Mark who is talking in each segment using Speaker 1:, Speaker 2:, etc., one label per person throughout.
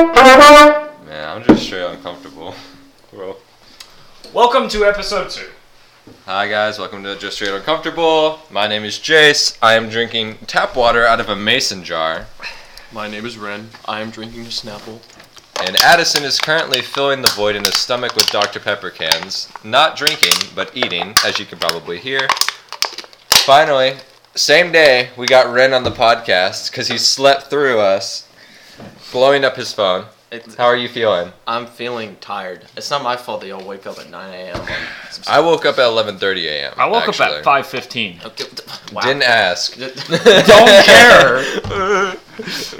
Speaker 1: Man, I'm just straight uncomfortable. Bro.
Speaker 2: Welcome to episode two.
Speaker 1: Hi guys, welcome to Just Straight Uncomfortable. My name is Jace. I am drinking tap water out of a mason jar,
Speaker 3: My name is Ren. I am drinking a Snapple.
Speaker 1: and Addison is currently filling the void in his stomach with Dr. Pepper cans. Not drinking, but eating, as you can probably hear. Finally, same day, we got Ren on the podcast because he slept through us, blowing up his phone.
Speaker 3: It's,
Speaker 1: How are you feeling?
Speaker 3: I'm feeling tired. It's not my fault that y'all wake up at 9 a.m. on some-
Speaker 1: I woke up at 11:30 a.m.
Speaker 2: I woke up
Speaker 1: actually.
Speaker 2: at five fifteen.
Speaker 3: Okay, wow.
Speaker 1: Didn't ask.
Speaker 2: Don't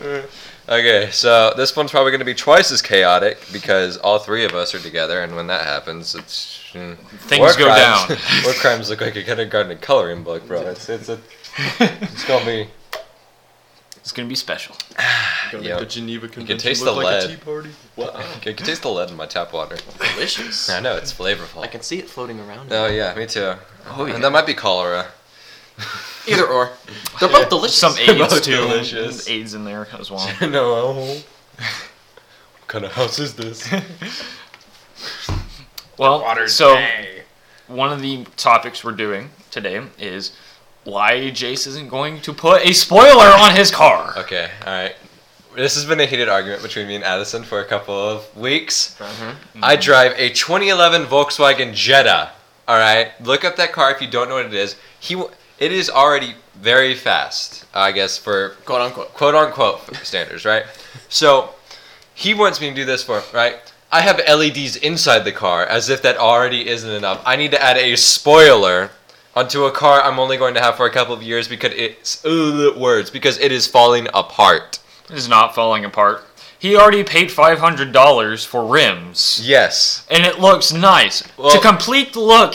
Speaker 2: care.
Speaker 1: Okay, so this one's probably going to be twice as chaotic because all three of us are together, and when that happens, it's mm.
Speaker 2: Things
Speaker 1: War
Speaker 2: go
Speaker 1: crimes-
Speaker 2: down.
Speaker 1: war crimes look like a kindergarten coloring book, bro. It's it's a it's gonna be.
Speaker 2: It's gonna be special.
Speaker 3: Gonna
Speaker 1: Yeah.
Speaker 3: make the Geneva Convention
Speaker 1: taste
Speaker 3: look
Speaker 1: the lead.
Speaker 3: like a tea party. Wow,
Speaker 1: I can taste the lead in my tap water.
Speaker 3: delicious.
Speaker 1: I
Speaker 3: I
Speaker 1: know it's flavorful.
Speaker 3: can see it floating around.
Speaker 1: Oh yeah, me too. Oh
Speaker 2: yeah.
Speaker 1: And that might be cholera.
Speaker 3: Either or. They're both delicious.
Speaker 2: Some AIDS
Speaker 1: both
Speaker 2: too.
Speaker 1: delicious.
Speaker 2: AIDS in there as well.
Speaker 1: no. What kind of house is this?
Speaker 2: Well, so one of the topics we're doing today is why Jace isn't going to put a spoiler on his car.
Speaker 1: Okay, all right. This has been a heated argument between me and Addison for a couple of weeks.
Speaker 3: Uh-huh.
Speaker 1: I drive a 2011 Volkswagen Jetta. All right, look up that car if you don't know what it is. He, w- it is already very fast, I guess, for
Speaker 3: Quote unquote.
Speaker 1: quote unquote standards, right? So he wants me to do this for him, right? I have LEDs inside the car as if that already isn't enough. I need to add a spoiler onto a car I'm only going to have for a couple of years because it's uh, words because it is falling apart.
Speaker 2: It is not falling apart. He already paid five hundred dollars for rims,
Speaker 1: Yes.
Speaker 2: and it looks nice.
Speaker 1: Well-
Speaker 2: to complete the look,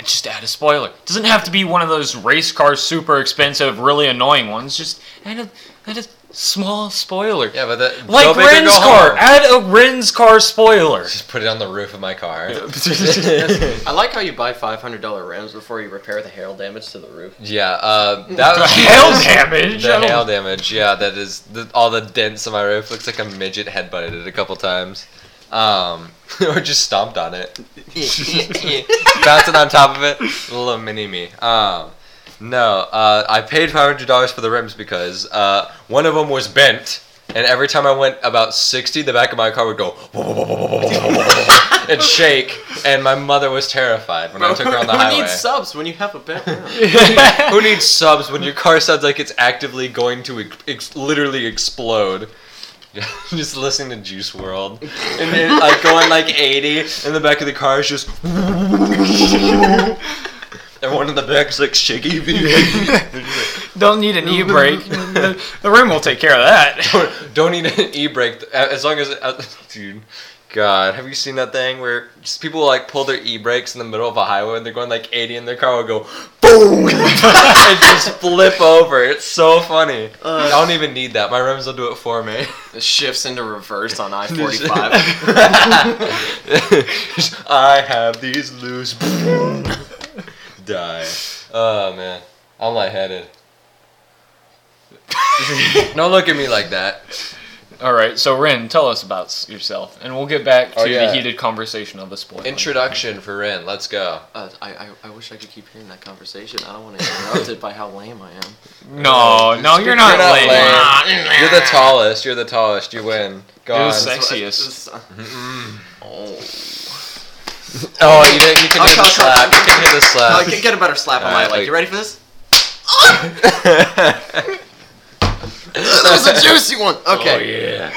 Speaker 2: just add a spoiler. doesn't have to be one of those race car super expensive, really annoying ones. Just add a add a small spoiler.
Speaker 1: Yeah, but the go
Speaker 2: Like
Speaker 1: big or
Speaker 2: Ren's
Speaker 1: go
Speaker 2: car,
Speaker 1: home.
Speaker 2: add a Ren's car spoiler.
Speaker 1: Just put it on the roof of my car.
Speaker 3: I like how you buy $500 rims before you repair the hail damage to the roof.
Speaker 1: Yeah, uh, that
Speaker 2: The
Speaker 1: was
Speaker 2: hail damage. I
Speaker 1: The
Speaker 2: don't-
Speaker 1: hail damage, yeah, that is the, all the dents on my roof. Looks like a midget headbutted it a couple times, um, or just stomped on it, bouncing on top of it. Little mini me. Um, no, uh, I paid five hundred dollars for the rims because uh, one of them was bent, and every time I went about sixty, the back of my car would go and shake, and my mother was terrified when I took her on the
Speaker 3: Who
Speaker 1: highway.
Speaker 3: needs subs when you have a bent rim?
Speaker 1: Who needs subs when your car sounds like it's actively going to ex- ex- literally explode? just listening to Juice World and then like going like 80 and the back of the car is just everyone in the back's like shaky
Speaker 2: Don't need an e brake. the, the rim will take care of that.
Speaker 1: don't, don't need an e-brake th- as long as uh, dude god have you seen that thing where just people like pull their e-brakes in the middle of a highway and they're going like 80 and their car will go boom and just flip over it's so funny i don't even need that my rims will do it for me
Speaker 3: It shifts into reverse on I 45.
Speaker 1: i have these loose die oh man i'm lightheaded don't look at me like that
Speaker 2: All right, so Ren, tell us about s- yourself, and we'll get back to
Speaker 1: Oh, yeah.
Speaker 2: the heated conversation of the spoiler.
Speaker 1: introduction for ren let's go
Speaker 3: uh, I, I, I wish I could keep hearing that conversation. I don't want to be interrupted by how lame I am.
Speaker 2: no, no, you're
Speaker 1: You're not
Speaker 2: not, lame.
Speaker 1: lame. You're the tallest. You're the tallest. You win. Go
Speaker 2: You're
Speaker 1: on.
Speaker 2: sec-
Speaker 3: Sexiest. Oh.
Speaker 1: Oh, you, did, you can
Speaker 3: Okay,
Speaker 1: hear the
Speaker 3: okay.
Speaker 1: slap. You can hear the
Speaker 3: I
Speaker 1: slap.
Speaker 3: can get a better slap on my
Speaker 1: Alright,
Speaker 3: leg.
Speaker 1: like-
Speaker 3: You ready for this? This is a juicy one. Okay.
Speaker 1: yeah.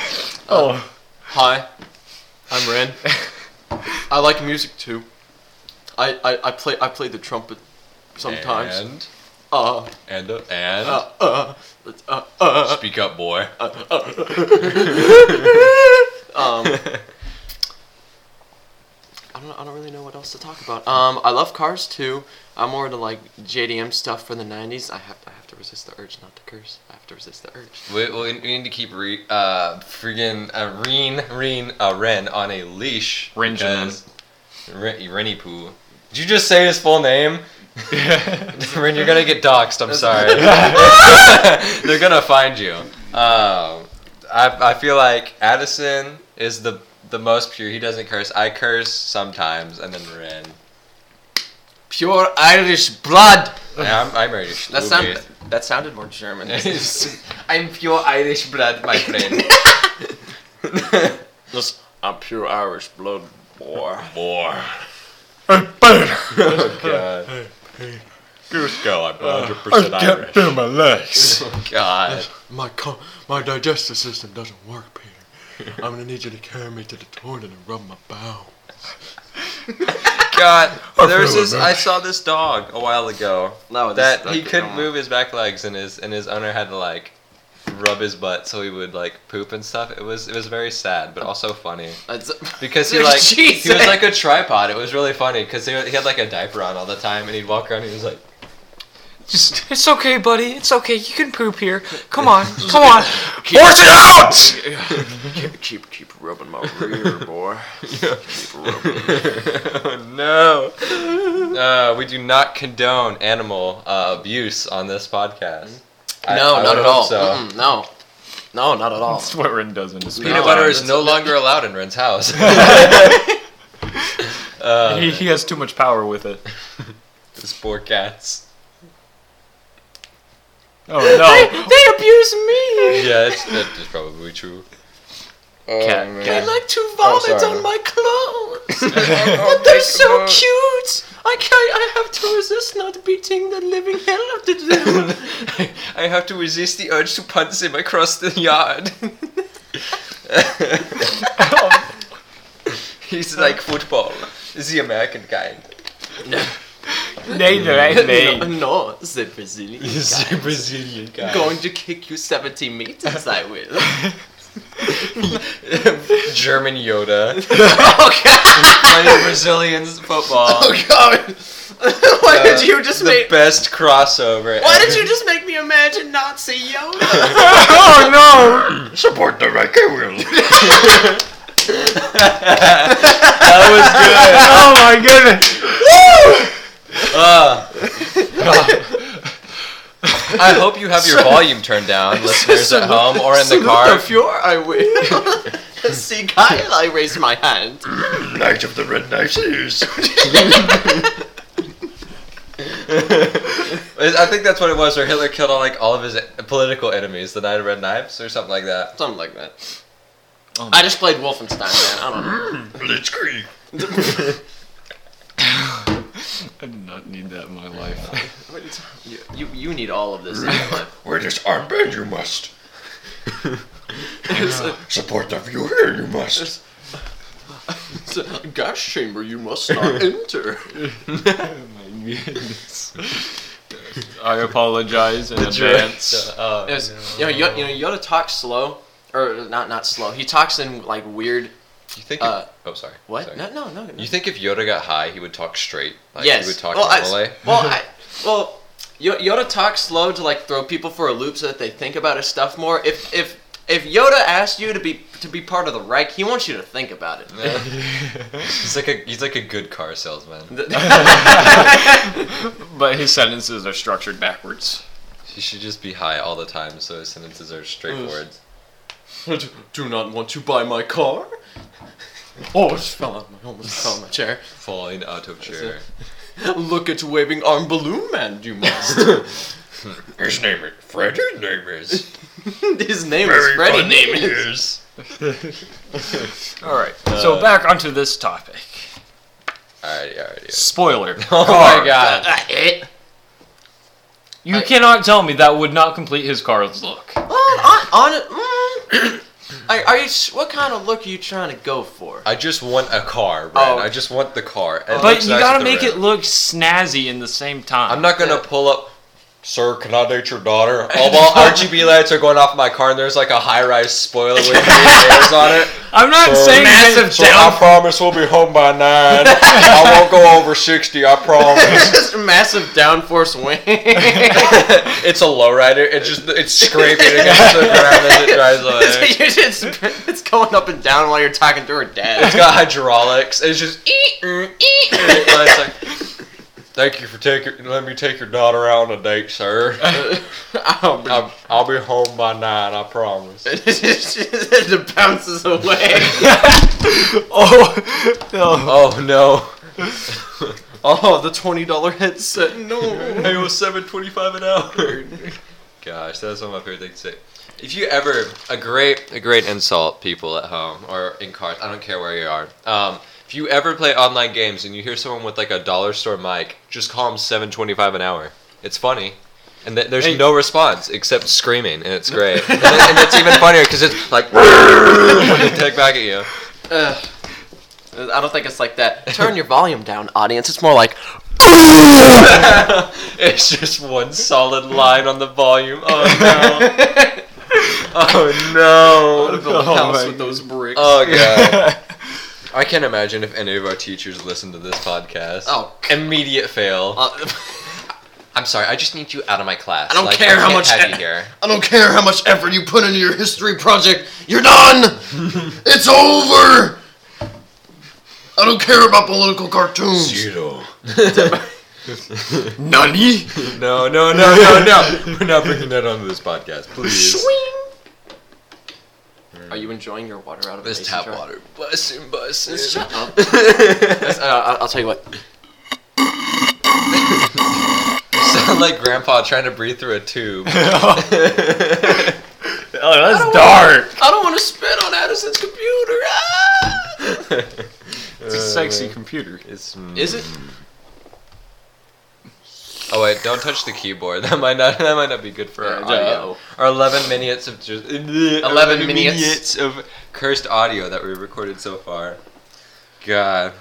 Speaker 2: Oh,
Speaker 3: Oh, Hi, I'm Ren. I like music too. I, I, I play I play the trumpet sometimes.
Speaker 1: And
Speaker 3: Uh,
Speaker 1: and and
Speaker 3: uh, uh, uh, uh,
Speaker 1: speak up, boy.
Speaker 3: um. I I don't I don't really know what else to talk about. Um, I love Cars too. I'm more into like JDM stuff from the '90s. I have I have to resist the urge not to curse. I have to resist the urge.
Speaker 1: We, we we need to keep re, uh, friggin' uh, Reen, Reen, uh, Ren on a leash.
Speaker 2: Ren
Speaker 1: because- Ren, Renny Poo. Did you just say his full name? Ren, you're gonna get doxxed, I'm sorry. They're gonna find you. Um, I, I feel like Addison is the the most pure. He doesn't curse. I curse sometimes, and then Ren.
Speaker 3: Pure Irish blood.
Speaker 1: Yeah, I'm, I'm Irish.
Speaker 3: That
Speaker 1: We'll
Speaker 3: sound
Speaker 1: be-
Speaker 3: that sounded more German.
Speaker 1: I'm pure Irish blood, my friend.
Speaker 3: Just, I'm pure Irish blood, boy.
Speaker 1: More.
Speaker 2: I
Speaker 1: Oh god. Goose go,
Speaker 3: Uh,
Speaker 1: I'm 100%
Speaker 2: can't feel my legs.
Speaker 1: God.
Speaker 4: My co- my digestive system doesn't work, Peter. I'm gonna need you to carry me to the toilet and rub my bowel.
Speaker 1: God.
Speaker 4: I
Speaker 1: There was
Speaker 4: feel
Speaker 1: this
Speaker 4: it, man.
Speaker 1: I saw this dog a while ago.
Speaker 3: No,
Speaker 1: That he couldn't move his back legs and his and his owner had to like rub his butt so he would like poop and stuff. It was it was very sad but also funny. Because he like he was like a tripod. It was really funny because he, he had like a diaper on all the time and he'd walk around and he was like
Speaker 2: Just, it's okay, buddy. It's okay. You can poop here. Come on. Come on. Force it out!
Speaker 3: keep keep rubbing my rear, boy. Keep rubbing.
Speaker 4: Oh,
Speaker 1: no. Uh, we do not condone animal uh, abuse on this podcast. I-
Speaker 3: no,
Speaker 1: I
Speaker 3: not
Speaker 1: would
Speaker 3: at
Speaker 1: hope
Speaker 3: all.
Speaker 1: So.
Speaker 3: Mm-mm, no, no, not at all.
Speaker 2: That's what Ren does in his spare
Speaker 1: Peanut
Speaker 3: No,
Speaker 1: butter is
Speaker 2: time.
Speaker 1: no longer allowed in Ren's house. uh,
Speaker 2: He, he has too much power with it.
Speaker 1: these poor cats.
Speaker 2: Oh
Speaker 3: They abuse me.
Speaker 1: Yeah, it's, that is probably true.
Speaker 2: no! Cat,
Speaker 3: They
Speaker 2: cat.
Speaker 3: like to vomit
Speaker 1: Oh, sorry. Oh,
Speaker 3: on my clothes, but they're so cute. I can't. I have to resist not beating the living hell out of them.
Speaker 1: I have to resist the urge to punch him across the yard. He's like football, the American kind.
Speaker 2: Nay, nay,
Speaker 3: No,
Speaker 2: nay.
Speaker 3: no, the Brazilian guy.
Speaker 1: the Brazilian guy.
Speaker 3: Going to kick you 70 meters, I will.
Speaker 1: German Yoda.
Speaker 3: oh, God.
Speaker 1: playing Brazilian football.
Speaker 3: Oh, God. Why
Speaker 1: Uh,
Speaker 3: did you just
Speaker 1: the
Speaker 3: make...
Speaker 1: best crossover.
Speaker 3: Why
Speaker 1: ever.
Speaker 3: did you just make me imagine Nazi Yoda?
Speaker 2: Oh no!
Speaker 4: Support the Reich, I will.
Speaker 1: That
Speaker 2: Oh my goodness!
Speaker 1: was good. Uh, I hope you have your volume turned down, listeners at home or in the
Speaker 3: Salute
Speaker 1: car.
Speaker 3: The Fuhrer, I will. See, Kyle, I raise my hand.
Speaker 4: Knight of the Red Knight's ears.
Speaker 1: I think that's what it was, where Hitler killed all like all of his political enemies, the Knight of Red Knives, or something like that.
Speaker 3: Something like that.
Speaker 2: Oh,
Speaker 1: Um.
Speaker 3: I just played Wolfenstein, man. I don't know.
Speaker 4: Blitzkrieg.
Speaker 2: I do not need that in my life.
Speaker 3: What are you talking- You, you, you need all of this in your life.
Speaker 4: Wear this armband, you must.
Speaker 3: It's a-
Speaker 4: Support the viewer, you must.
Speaker 3: it's a gas chamber you must not enter.
Speaker 2: I apologize in advance.
Speaker 1: Uh,
Speaker 3: It was- you, know, Yoda, you know, Yoda talks slow, or not not slow. He talks in like weird.
Speaker 1: you think?
Speaker 3: uh,
Speaker 1: if, oh, sorry.
Speaker 3: What?
Speaker 1: Sorry.
Speaker 3: No, no, no. no.
Speaker 1: You think if Yoda got high, he would talk straight? Like
Speaker 3: yes.
Speaker 1: He would talk
Speaker 3: well, I,
Speaker 1: normally.
Speaker 3: well, I, well, Yo- Yoda talks slow to like throw people for a loop so that they think about his stuff more. If if if Yoda asked you to be to be part of the Reich, he wants you to think about it.
Speaker 1: Yeah. he's like a he's like a good car salesman.
Speaker 2: But his sentences are structured backwards.
Speaker 1: He should just be high all the time, so his sentences are straightforward.
Speaker 3: Do not want to buy my car. Oh, I just fell out. I almost fell on my chair.
Speaker 1: Falling out of chair.
Speaker 3: Look at waving arm balloon man, you must.
Speaker 4: His name is Fred. His name is.
Speaker 3: His name is
Speaker 4: Very
Speaker 3: Freddy.
Speaker 4: funny name it is.
Speaker 2: Alright, so back onto this topic.
Speaker 1: Alrighty, alrighty.
Speaker 2: Spoiler.
Speaker 1: Oh my god.
Speaker 3: it.
Speaker 2: You cannot tell me that would not complete his Carl's look.
Speaker 3: On, on, on it. Mm. Are, are you? s- What kind of look are you trying to go for?
Speaker 1: I just want a car, Ren.
Speaker 3: Oh.
Speaker 1: I just want the car. It
Speaker 2: But
Speaker 1: looks
Speaker 2: you
Speaker 1: nice
Speaker 2: gotta
Speaker 1: with the
Speaker 2: make it
Speaker 1: rim.
Speaker 2: look snazzy in the same time.
Speaker 1: I'm not gonna
Speaker 3: Yeah.
Speaker 1: pull up. Sir, can I date your daughter? All while RGB lights are going off my car, and there's like a high-rise spoiler with three layers on it.
Speaker 2: I'm not saying
Speaker 1: massive
Speaker 2: that,
Speaker 1: down-
Speaker 2: down-
Speaker 1: I promise we'll be home by nine. I won't go over sixty. I promise.
Speaker 3: Just massive downforce wing.
Speaker 1: it's a lowrider. It's just it's scraping against the ground as it drives away.
Speaker 3: it's, it's, it's going up and down while you're talking to her
Speaker 1: It's
Speaker 3: dad.
Speaker 1: got hydraulics. It's just ee, er, ee, er. It's like, thank you for taking. Let me take your daughter out on a date, sir.
Speaker 3: Oh, but-
Speaker 1: I'll, I'll be home by nine. I promise.
Speaker 3: it bounces away.
Speaker 2: Oh, no.
Speaker 1: Oh no.
Speaker 3: Oh, the twenty dollar headset. No.
Speaker 1: Hey, it was seven twenty-five an hour. Gosh, that's one of my favorite things to say. If you ever a great a great insult, people at home or in cars, I don't care where you are. Um, if you ever play online games and you hear someone with like a dollar store mic, just call them seven twenty-five an hour. It's funny. And th- there's
Speaker 2: Hey.
Speaker 1: no response except screaming, and it's great. and, it- and it's even funnier because it's like when they take back at you.
Speaker 3: Ugh. I don't think it's like that. Turn your volume down, audience. It's more like
Speaker 1: It's just one solid line on the volume. Oh no! Oh no!
Speaker 3: I wanna build a house with those bricks.
Speaker 1: Oh god. I can't imagine if any of our teachers listen to this podcast.
Speaker 3: Oh,
Speaker 1: immediate fail.
Speaker 3: Uh,
Speaker 1: I'm sorry. I just need you out of my class.
Speaker 3: I don't care how
Speaker 1: can't
Speaker 3: much-
Speaker 1: have you here.
Speaker 3: I don't care how much effort you put into your history project. You're done.
Speaker 4: It's over! I don't care about political cartoons.
Speaker 2: Nani?
Speaker 1: No, no, no, no, no. We're not bringing that onto this podcast, please.
Speaker 3: Are you enjoying your water out of
Speaker 1: This
Speaker 3: a mason
Speaker 1: tap
Speaker 3: jar?
Speaker 1: water, bussin', bussin'.
Speaker 3: Shut up. That's- uh, I'll- I'll tell you what.
Speaker 1: You sound like Grandpa trying to breathe through a tube.
Speaker 2: Oh, that's dark.
Speaker 3: I don't want to spit on Addison's computer. Ah!
Speaker 2: It's a
Speaker 1: Uh,
Speaker 2: sexy computer.
Speaker 1: It's,
Speaker 3: Is it?
Speaker 1: oh wait, don't touch the keyboard. That might not. That might not be good for our
Speaker 3: Uh, Yeah,
Speaker 1: audio.
Speaker 3: no.
Speaker 1: Our eleven minutes of just eleven
Speaker 3: minutes.
Speaker 1: of cursed audio that we recorded so far. God,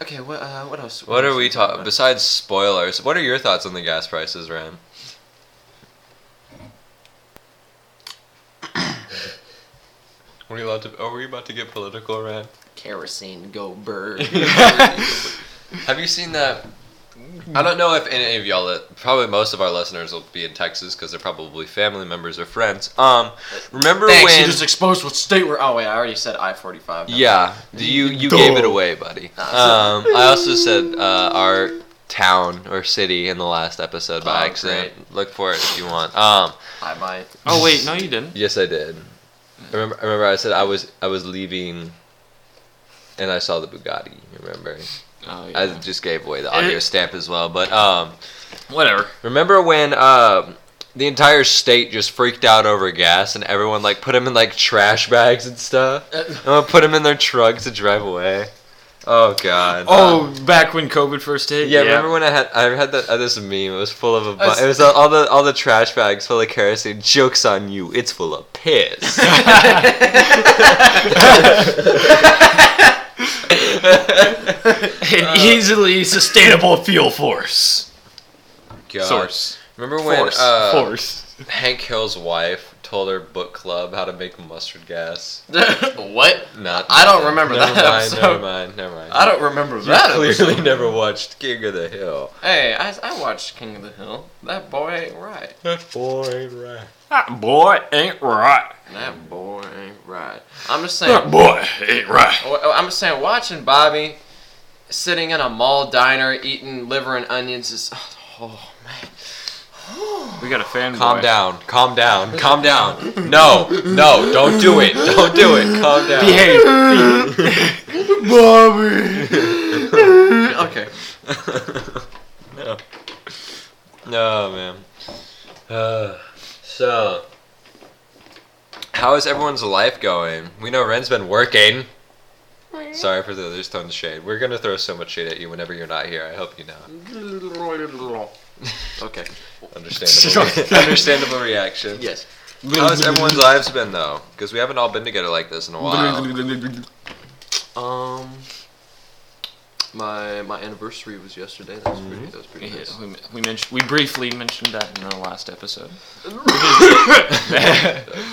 Speaker 3: Okay. What? Uh, what else? Uh,
Speaker 1: what are
Speaker 3: else
Speaker 1: we talking?
Speaker 3: about?
Speaker 1: Besides spoilers, what are your thoughts on the gas prices, Ram? Were you allowed to? Are we about to get political, Ram?
Speaker 3: Kerosene, go bird.
Speaker 1: Have you seen that? I don't know if any of y'all, that- probably most of our listeners will be in Texas because they're probably family members or friends. Um, remember
Speaker 3: Thanks.
Speaker 1: when?
Speaker 3: You just exposed what state we're. Oh wait, I already said I forty five.
Speaker 1: yeah, you you gave it away, buddy. Um, I also said uh, our town or city in the last episode by
Speaker 3: Oh,
Speaker 1: accident. Look for it if you want. Um,
Speaker 3: I might.
Speaker 2: Oh, wait, no, you didn't.
Speaker 1: yes, I did. Remember, remember, I said I was I was leaving, and I saw the Bugatti. Remember,
Speaker 2: Oh,
Speaker 1: I
Speaker 2: yeah.
Speaker 1: just gave away the audio stamp as well, but um.
Speaker 2: Whatever.
Speaker 1: Remember when um the entire state just freaked out over gas and everyone like put them in like trash bags and stuff?
Speaker 3: Uh.
Speaker 1: I'm gonna put them in their trucks to drive away. Oh god.
Speaker 2: Oh, back when COVID first hit?
Speaker 1: yeah, Remember when I had I had that uh, this meme? It was full of a bu-
Speaker 3: That's-
Speaker 1: it was all, all the all the trash bags full of kerosene. Jokes on you! It's full of piss. Uh,
Speaker 2: An easily sustainable fuel force. Source.
Speaker 1: Remember when
Speaker 2: force.
Speaker 1: uh,
Speaker 2: force.
Speaker 1: Hank Hill's wife told her book club how to make mustard gas?
Speaker 3: what?
Speaker 1: Not.
Speaker 3: I don't remember
Speaker 1: never
Speaker 3: that
Speaker 1: mind,
Speaker 3: episode.
Speaker 1: Never mind. Never mind.
Speaker 3: I don't remember
Speaker 1: You
Speaker 3: that.
Speaker 1: clearly
Speaker 3: episode.
Speaker 1: never watched King of the Hill.
Speaker 3: Hey, I, I watched King of the Hill. That boy ain't right.
Speaker 1: That boy ain't right.
Speaker 2: That boy ain't right.
Speaker 3: That boy ain't right. I'm just saying.
Speaker 2: That boy ain't right.
Speaker 3: Oh, oh, I'm just saying, watching Bobby sitting in a mall diner eating liver and onions is. Oh, man.
Speaker 2: We got a fan
Speaker 1: Calm down. Calm down. Calm down. No. No. Don't do it. Don't do it. Calm down.
Speaker 2: Behave.
Speaker 3: Okay.
Speaker 1: no. No, man. Uh, so, how is everyone's life going? We know Ren's been working. Sorry for the other throwing the shade. We're gonna throw so much shade at you whenever you're not here. I hope you know.
Speaker 3: Okay.
Speaker 1: Understandable. Understandable reaction.
Speaker 3: Yes.
Speaker 1: How's everyone's lives been though? Because we haven't all been together like this in a while.
Speaker 3: Um. My my anniversary was yesterday. That was pretty. That was pretty
Speaker 2: Yeah,
Speaker 3: nice.
Speaker 2: we we, mentioned, we briefly mentioned that in our last episode.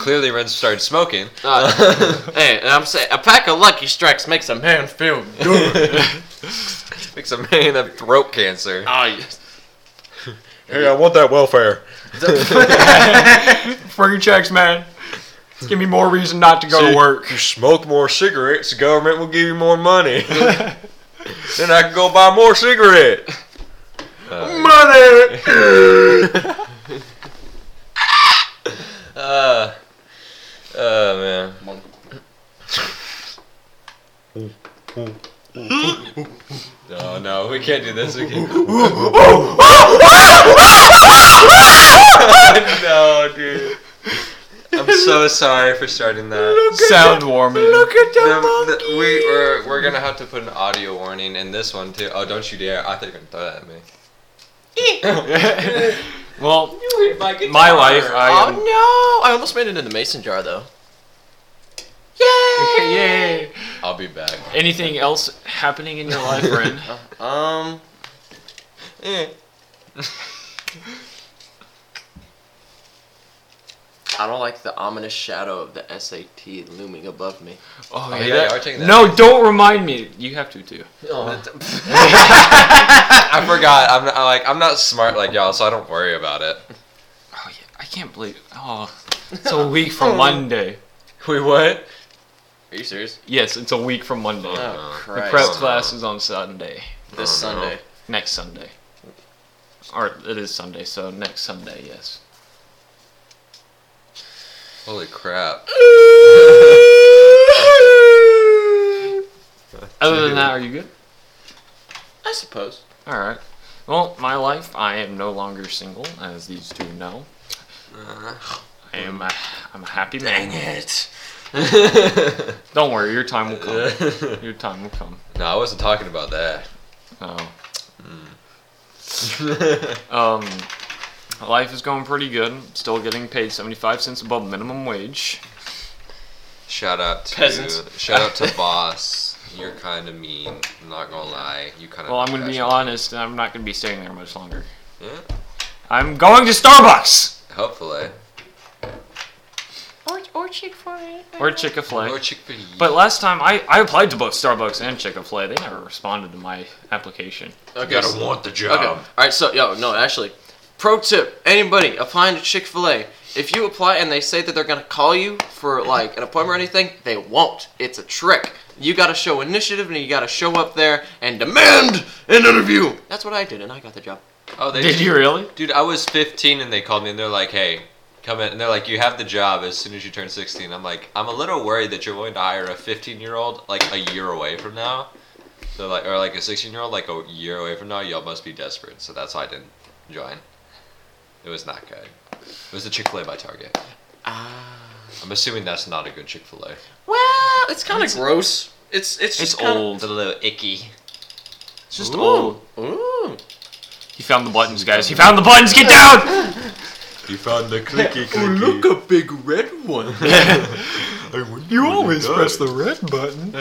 Speaker 1: Clearly, Ren started smoking.
Speaker 3: Uh, hey, and I'm saying a pack of Lucky Strikes makes a man feel good.
Speaker 1: Makes a man have throat cancer.
Speaker 3: Ah, yes.
Speaker 1: Hey, I want that welfare.
Speaker 2: For your checks, man. Give me more reason not to go to work.
Speaker 1: You smoke more cigarettes, the government will give you more money. then I can go buy more cigarettes.
Speaker 2: Money.
Speaker 1: Uh, oh man. No, no, we can't do this. We can't. no, dude. I'm so sorry for starting that.
Speaker 2: Sound warming.
Speaker 4: at
Speaker 1: The- the- we, we're, we're gonna have to put an audio warning in this one too. Oh, don't you dare! I thought you were gonna throw that at me.
Speaker 3: Eh.
Speaker 2: Well,
Speaker 3: You hit my guitar.
Speaker 2: my life, I am.
Speaker 3: oh no! I almost made it in the mason jar though.
Speaker 2: Yay!
Speaker 1: I'll be back.
Speaker 2: Anything else happening in your life, Ren?
Speaker 3: Um. eh. I don't like the ominous shadow of the SAT looming above me.
Speaker 2: Oh,
Speaker 1: yeah, you are taking that.
Speaker 2: No, don't remind me. You have to too.
Speaker 1: I forgot. I'm, not- I'm like I'm not smart like y'all, so I don't worry about it.
Speaker 2: Oh yeah, I can't believe. Oh, it's a week from Monday.
Speaker 1: We what?
Speaker 3: Are you serious?
Speaker 2: Yes, it's a week from Monday.
Speaker 3: Oh,
Speaker 2: the
Speaker 3: Christ.
Speaker 2: prep class is on Sunday.
Speaker 3: This
Speaker 1: Oh, no.
Speaker 3: Sunday.
Speaker 2: Next Sunday. Or it is Sunday, so next Sunday, yes.
Speaker 1: Holy crap!
Speaker 2: Other than that, are you good?
Speaker 3: I suppose.
Speaker 2: All right. Well, my life, I am no longer single, as these two know. I am a, I'm a happy man.
Speaker 3: it.
Speaker 2: Don't worry, your time will come. Your time will come.
Speaker 1: no, I wasn't talking about that.
Speaker 2: Oh. um, life is going pretty good. Still getting paid 75 cents above minimum wage.
Speaker 1: Shout out to
Speaker 3: Peasants.
Speaker 1: shout out to boss. You're kind of mean. I'm not gonna lie. You kind of.
Speaker 2: Well, I'm going to be honest, and I'm not going to be staying there much longer.
Speaker 1: Yeah,
Speaker 2: I'm going to Starbucks!
Speaker 1: hopefully.
Speaker 3: Or, or Chick-fil-A.
Speaker 2: Or Chick fil
Speaker 1: Or
Speaker 2: A.
Speaker 1: chick fil
Speaker 2: But last time, I, I applied to both Starbucks and Chick fil A. They never responded to my application.
Speaker 1: You
Speaker 3: Okay.
Speaker 1: gotta want the job.
Speaker 3: Okay. All right. So, yo, no, actually, pro tip: anybody applying to Chick Fil A, if you apply and they say that they're gonna call you for like an appointment or anything, they won't. It's a trick. You gotta show initiative and you gotta show up there and demand an interview. That's what I did, and I got the job.
Speaker 1: Oh, they
Speaker 2: Did you really?
Speaker 1: Dude, I was 15 and they called me and they're like, "Hey, come in." And they're like, "You have the job as soon as you turn 16." I'm like, "I'm a little worried that you're willing to hire a 15-year-old like a year away from now." So like, or like a 16-year-old like a year away from now. Y'all must be desperate. So that's why I didn't join. It was not good. It was a Chick-fil-A by Target.
Speaker 3: Ah.
Speaker 1: I'm assuming that's not a good Chick-fil-A.
Speaker 3: Well, it's kind of gross. It's it's just
Speaker 2: It's
Speaker 3: kinda-
Speaker 2: old.
Speaker 1: It's a little icky.
Speaker 2: It's just
Speaker 3: Ooh.
Speaker 2: old.
Speaker 3: Ooh.
Speaker 2: He found the buttons, guys. He found the buttons. Get down!
Speaker 1: You found the clicky
Speaker 4: Oh,
Speaker 2: Oh,
Speaker 4: a big red one. you always press the red button.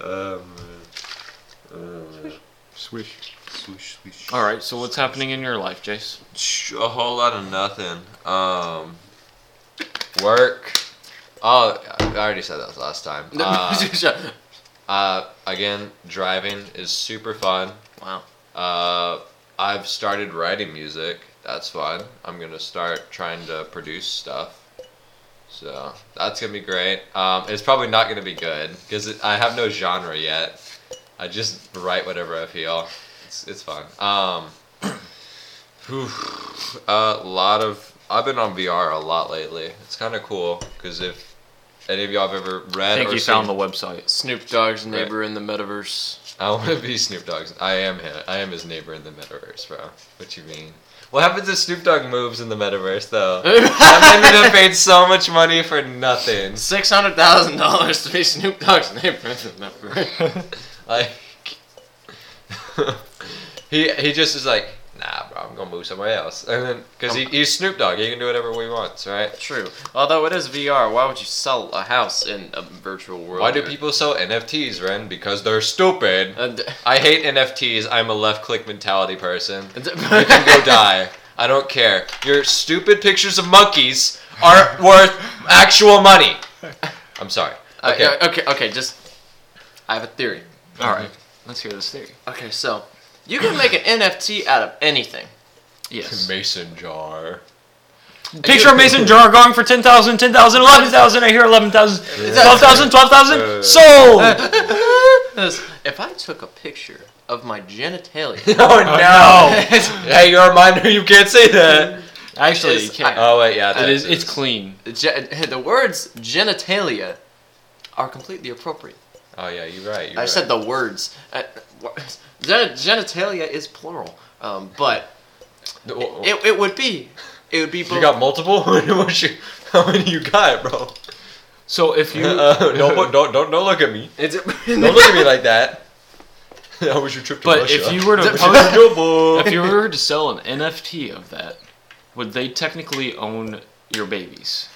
Speaker 1: Um,
Speaker 5: uh,
Speaker 4: Swish.
Speaker 1: swish, swish.
Speaker 2: All right, so what's happening in your life, Jace?
Speaker 1: Sh- a whole lot of nothing. Um, work. Oh, I already said that last time. Uh, uh, again, driving is super fun.
Speaker 3: wow.
Speaker 1: Uh, I've started writing music. That's fun. I'm gonna start trying to produce stuff. So that's gonna be great. Um, it's probably not gonna be good because I have no genre yet. I just write whatever I feel. It's it's fun. Um, whew, a lot of I've been on VR a lot lately. It's kind of cool because if any of y'all have ever read
Speaker 2: I think
Speaker 1: or
Speaker 2: you
Speaker 1: seen,
Speaker 2: found the website.
Speaker 3: Snoop Dogg's neighbor in the metaverse.
Speaker 1: I want to be Snoop Dogg's. I am him. I am his neighbor in the metaverse, bro. What you mean? What happens if Snoop Dogg moves in the metaverse, though? I'm gonna have paid so much money for nothing.
Speaker 3: Six hundred thousand dollars to be Snoop Dogg's neighbor in the metaverse.
Speaker 1: Like, he he just is like, nah, bro, I'm gonna move somewhere else. And then, because he, he's Snoop Dogg, he can do whatever he wants, right?
Speaker 3: True. Although it is VR, why would you sell a house in a virtual world?
Speaker 1: Why do
Speaker 3: or-
Speaker 1: people sell NFTs, Ren? Because they're stupid.
Speaker 3: And-
Speaker 1: I hate NFTs. I'm a left click mentality person.
Speaker 3: uh,
Speaker 1: You can go die. I don't care. Your stupid pictures of monkeys aren't worth actual money. I'm sorry.
Speaker 3: I-
Speaker 1: Okay.
Speaker 2: uh,
Speaker 3: I- okay, okay, just. I have a theory.
Speaker 2: All right, let's hear this theory.
Speaker 3: Okay, so you can make an NFT out of anything.
Speaker 2: Yes.
Speaker 1: Mason jar.
Speaker 2: Picture a mason jar going for 10,000, 10,000, 11,000. I hear 11,000, 12,000, 12,000. Sold.
Speaker 3: This- if I took a picture of my genitalia,
Speaker 1: Oh no! hey, you're a minor. You can't say that.
Speaker 2: Actually, you
Speaker 3: It's-
Speaker 2: can't.
Speaker 1: Oh wait, yeah.
Speaker 2: it
Speaker 1: that
Speaker 2: is, it's clean.
Speaker 3: ge- the words genitalia are completely appropriate.
Speaker 1: Oh yeah, you're right. You're
Speaker 3: I said the words. Uh, wha- gen- genitalia is plural, um, but
Speaker 1: the.
Speaker 3: it, it would be. It would be both.
Speaker 1: you got multiple? What you- How many you got, bro?
Speaker 2: So if you.
Speaker 1: Uh, don't, put- don't don't don't look at me.
Speaker 3: It's-
Speaker 1: Don't look at me like that. How was your trip to
Speaker 2: But
Speaker 1: Russia?
Speaker 2: if you were to
Speaker 1: How was
Speaker 2: post,
Speaker 1: your book?
Speaker 2: if you were to sell an NFT of that, would they technically own your babies?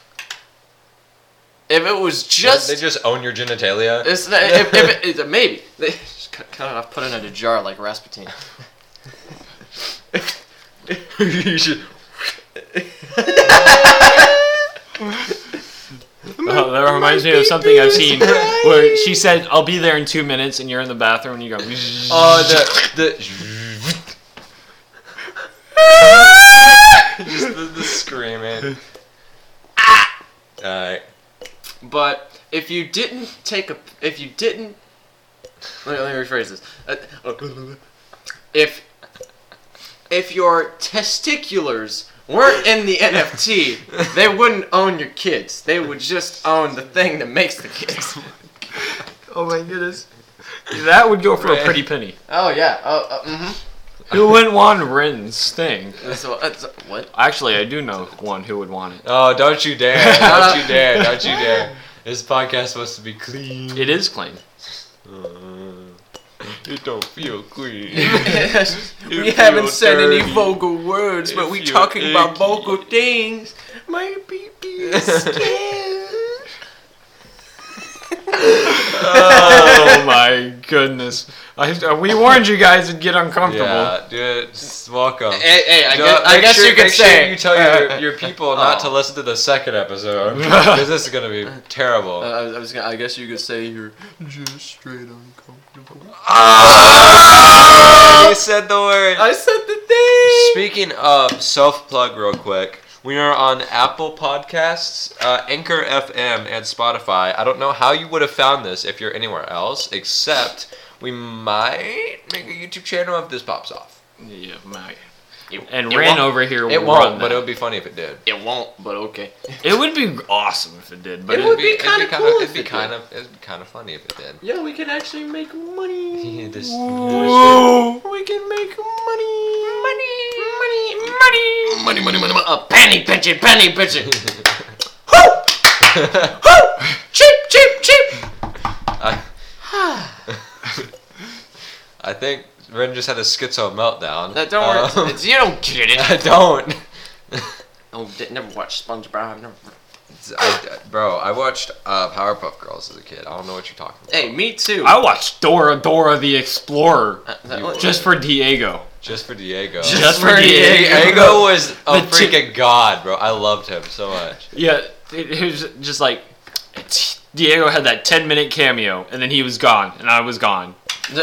Speaker 3: if it was
Speaker 1: Just
Speaker 3: just.
Speaker 1: they just own your genitalia.
Speaker 3: It's not, if, if it, it, maybe they just cut, cut it off, put it in a jar like Rasputin.
Speaker 1: you should.
Speaker 2: Oh, that reminds me of something I've seen where she said, "I'll be there in two minutes," and you're in the bathroom and you go.
Speaker 1: Oh, the the. just the, the screaming. Ah. Alright.
Speaker 3: But if you didn't take a, if you didn't, let me, let me rephrase this. Uh, If if your testiculars weren't in the NFT, they wouldn't own your kids. They would just own the thing that makes the kids.
Speaker 2: oh my goodness. That would go for a pretty penny.
Speaker 3: Oh yeah. Oh, uh, mm-hmm.
Speaker 2: Who wouldn't want Ren's thing?
Speaker 3: So, uh, so- what?
Speaker 2: Actually, I do know one who would want it.
Speaker 1: Oh, don't you dare. Don't you dare. Don't you dare. This podcast is supposed to be clean.
Speaker 2: It is clean.
Speaker 1: It don't feel clean.
Speaker 3: we haven't
Speaker 1: you're
Speaker 3: said
Speaker 1: dirty,
Speaker 3: any vulgar words, but
Speaker 1: if
Speaker 3: we
Speaker 1: you're
Speaker 3: talking about
Speaker 1: icky.
Speaker 3: vulgar things. My pee pee is scared.
Speaker 2: oh my goodness. I, uh, we warned you guys it'd get uncomfortable.
Speaker 1: yeah, dude. Just welcome.
Speaker 3: Hey, hey, Eh, I
Speaker 1: No,
Speaker 3: guess, I
Speaker 1: make
Speaker 3: guess
Speaker 1: sure-
Speaker 3: you could
Speaker 1: make sure
Speaker 3: say
Speaker 1: you tell your, your people not to listen to the second episode because this is gonna be terrible.
Speaker 3: Uh, I, was, I was gonna, I guess you could say you're just straight uncomfortable.
Speaker 1: you said the word.
Speaker 3: I said the thing.
Speaker 1: Speaking of self plug, real quick, we are on Apple Podcasts, uh, Anchor FM, and Spotify. I don't know how you would have found this if you're anywhere else, except we might make a YouTube channel if this pops off.
Speaker 2: Yeah, my.
Speaker 3: It-
Speaker 2: And
Speaker 3: it
Speaker 2: Ren
Speaker 3: won't-
Speaker 2: over here
Speaker 1: It
Speaker 2: will
Speaker 1: won't,
Speaker 2: run
Speaker 1: but it
Speaker 2: that.
Speaker 1: would be funny if it did.
Speaker 3: It won't, but okay.
Speaker 2: It would be awesome if it did, but
Speaker 3: It
Speaker 2: it
Speaker 3: would be
Speaker 1: it'd
Speaker 3: kinda
Speaker 1: kinda-
Speaker 3: cool
Speaker 1: It'd
Speaker 3: if
Speaker 1: be
Speaker 3: it
Speaker 1: kind of it'd be kind of funny if it did.
Speaker 3: Yeah, we can actually make money.
Speaker 1: Yeah, this-
Speaker 3: We can make money. Money, money, money, money, money, money. A penny pigeon, penny pigeon. Hoo! Hoo! Cheap, cheap, cheap.
Speaker 1: I, I think Ren just had a schizo meltdown.
Speaker 3: No, don't worry.
Speaker 1: Um,
Speaker 3: It's- you don't get it.
Speaker 1: I don't.
Speaker 3: Oh, d- never watched SpongeBob. Never.
Speaker 1: It's- I- bro, I watched uh, Powerpuff Girls as a kid. I don't know what you're talking about.
Speaker 3: Hey, me too.
Speaker 2: I watched Dora Dora the Explorer
Speaker 3: Uh, that-
Speaker 1: You-
Speaker 2: just for Diego.
Speaker 1: Just for Diego.
Speaker 2: Just for Diego.
Speaker 1: Diego was a
Speaker 2: The chi-
Speaker 1: freaking god, bro. I loved him so much.
Speaker 2: Yeah, it, it was just like Diego had that 10 minute cameo, and then he was gone, and I was gone.
Speaker 3: D-
Speaker 1: You
Speaker 3: d-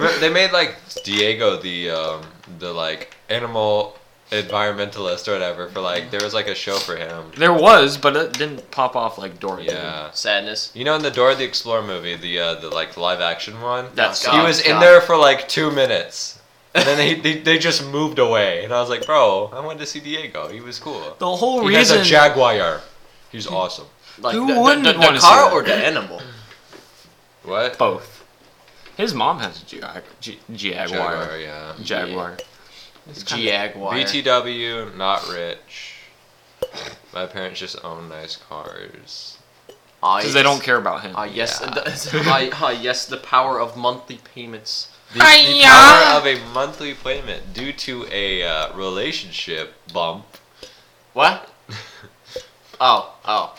Speaker 1: remember- they made like Diego the um, the like animal environmentalist or whatever for like there was like a show for him.
Speaker 2: There was, but it didn't pop off like Dora
Speaker 1: Yeah.
Speaker 3: Sadness.
Speaker 1: You know, in the Dora the Explorer movie, the uh, the like live action one,
Speaker 3: That's
Speaker 1: he
Speaker 3: God,
Speaker 1: was in
Speaker 3: God.
Speaker 1: there for like two minutes, and then they, they they just moved away, and I was like, bro, I wanted to see Diego. He was cool.
Speaker 2: did. The whole
Speaker 1: He has
Speaker 2: reason.
Speaker 1: a jaguar. He's awesome.
Speaker 3: Like
Speaker 2: Who
Speaker 3: the,
Speaker 2: wouldn't
Speaker 3: the, the,
Speaker 2: wanna
Speaker 3: the
Speaker 2: see
Speaker 3: car
Speaker 2: that?
Speaker 3: or the animal?
Speaker 1: What?
Speaker 2: both. His mom has a jag- G- Jaguar.
Speaker 1: Jaguar, yeah.
Speaker 2: Jaguar.
Speaker 3: Jaguar.
Speaker 1: BTW, not rich. My parents just own nice cars.
Speaker 2: Because they don't care about him.
Speaker 3: Ah yes,
Speaker 1: Yeah.
Speaker 3: the, ah, ah, yes, the power of monthly payments.
Speaker 1: The, the power of a monthly payment due to a uh, relationship bump.
Speaker 3: What? oh, oh,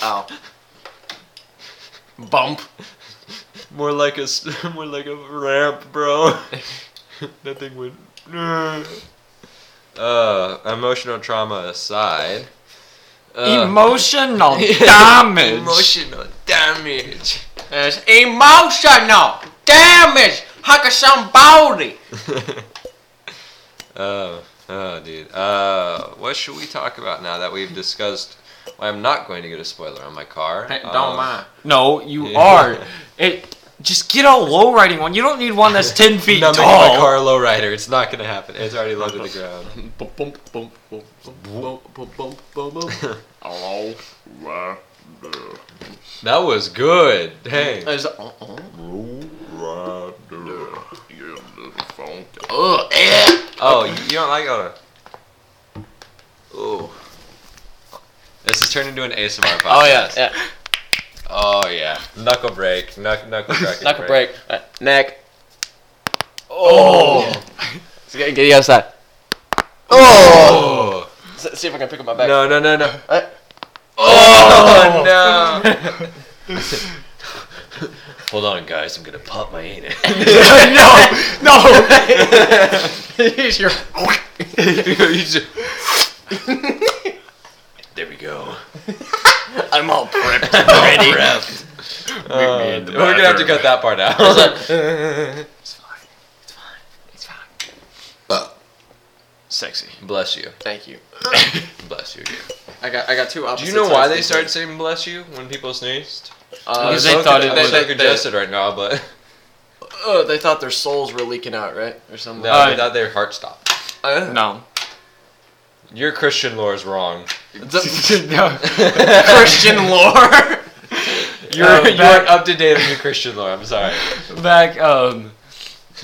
Speaker 3: oh. Bump.
Speaker 1: More like a s- more like a ramp, bro. Nothing would. Uh, emotional trauma aside. Uh,
Speaker 2: Emotional damage.
Speaker 1: Emotional damage.
Speaker 3: It's emotional damage. Hug somebody.
Speaker 1: Oh, oh, dude. Uh, what should we talk about now that we've discussed? Well, I'm not going to get a spoiler on my car.
Speaker 3: Hey, Don't
Speaker 1: Um,
Speaker 3: mind.
Speaker 2: No, you
Speaker 1: Yeah.
Speaker 2: are. It. Just get a low riding one. You don't need one that's ten feet
Speaker 1: Numbing my
Speaker 2: tall.
Speaker 1: car lowrider. It's not gonna happen. It's already low to the ground.
Speaker 4: Bump, bump, bump, bump, bump, bump, bump, bump, bump, bump.
Speaker 3: Hello.
Speaker 1: That was good. Hey.
Speaker 3: Is uh-uh.
Speaker 4: Bump.
Speaker 3: Ugh, eh.
Speaker 1: Oh, you you don't like Oda. Ooh. This has turned into an ASMR podcast.
Speaker 3: Oh yeah, yeah.
Speaker 1: Oh yeah. Knuckle break. Knuck, knuckle crack.
Speaker 3: Knuckle break. Uh, neck.
Speaker 1: Oh.
Speaker 3: Let's get, get the other side.
Speaker 1: Oh.
Speaker 3: S- see if I can pick up my back.
Speaker 1: No, no, no, no.
Speaker 3: Uh,
Speaker 1: Oh no. Hold on, guys. I'm gonna pop my anus.
Speaker 3: Here's your.
Speaker 1: there we go.
Speaker 3: I'm all prepped.
Speaker 1: Ready. Oh, we're gonna have to cut that part out.
Speaker 2: Sexy.
Speaker 1: Bless you.
Speaker 3: Thank you.
Speaker 1: Bless you. Again.
Speaker 3: I got I got two
Speaker 1: Do
Speaker 3: opposite.
Speaker 1: you know why they started
Speaker 3: sides.
Speaker 1: saying "bless you" when people sneezed?
Speaker 3: Uh,
Speaker 2: Because they thought it
Speaker 1: I'm
Speaker 2: was-
Speaker 1: so
Speaker 3: they-
Speaker 1: congested right now, but
Speaker 3: uh, they thought their souls were leaking out, right, or something.
Speaker 1: no, they thought their heart stopped.
Speaker 3: Uh,
Speaker 2: No.
Speaker 1: Your Christian lore is wrong.
Speaker 2: no.
Speaker 3: Christian lore.
Speaker 1: You're,
Speaker 3: Um,
Speaker 2: Uh,
Speaker 1: you
Speaker 2: back-
Speaker 1: aren't up to date on your Christian lore. I'm sorry.
Speaker 2: back um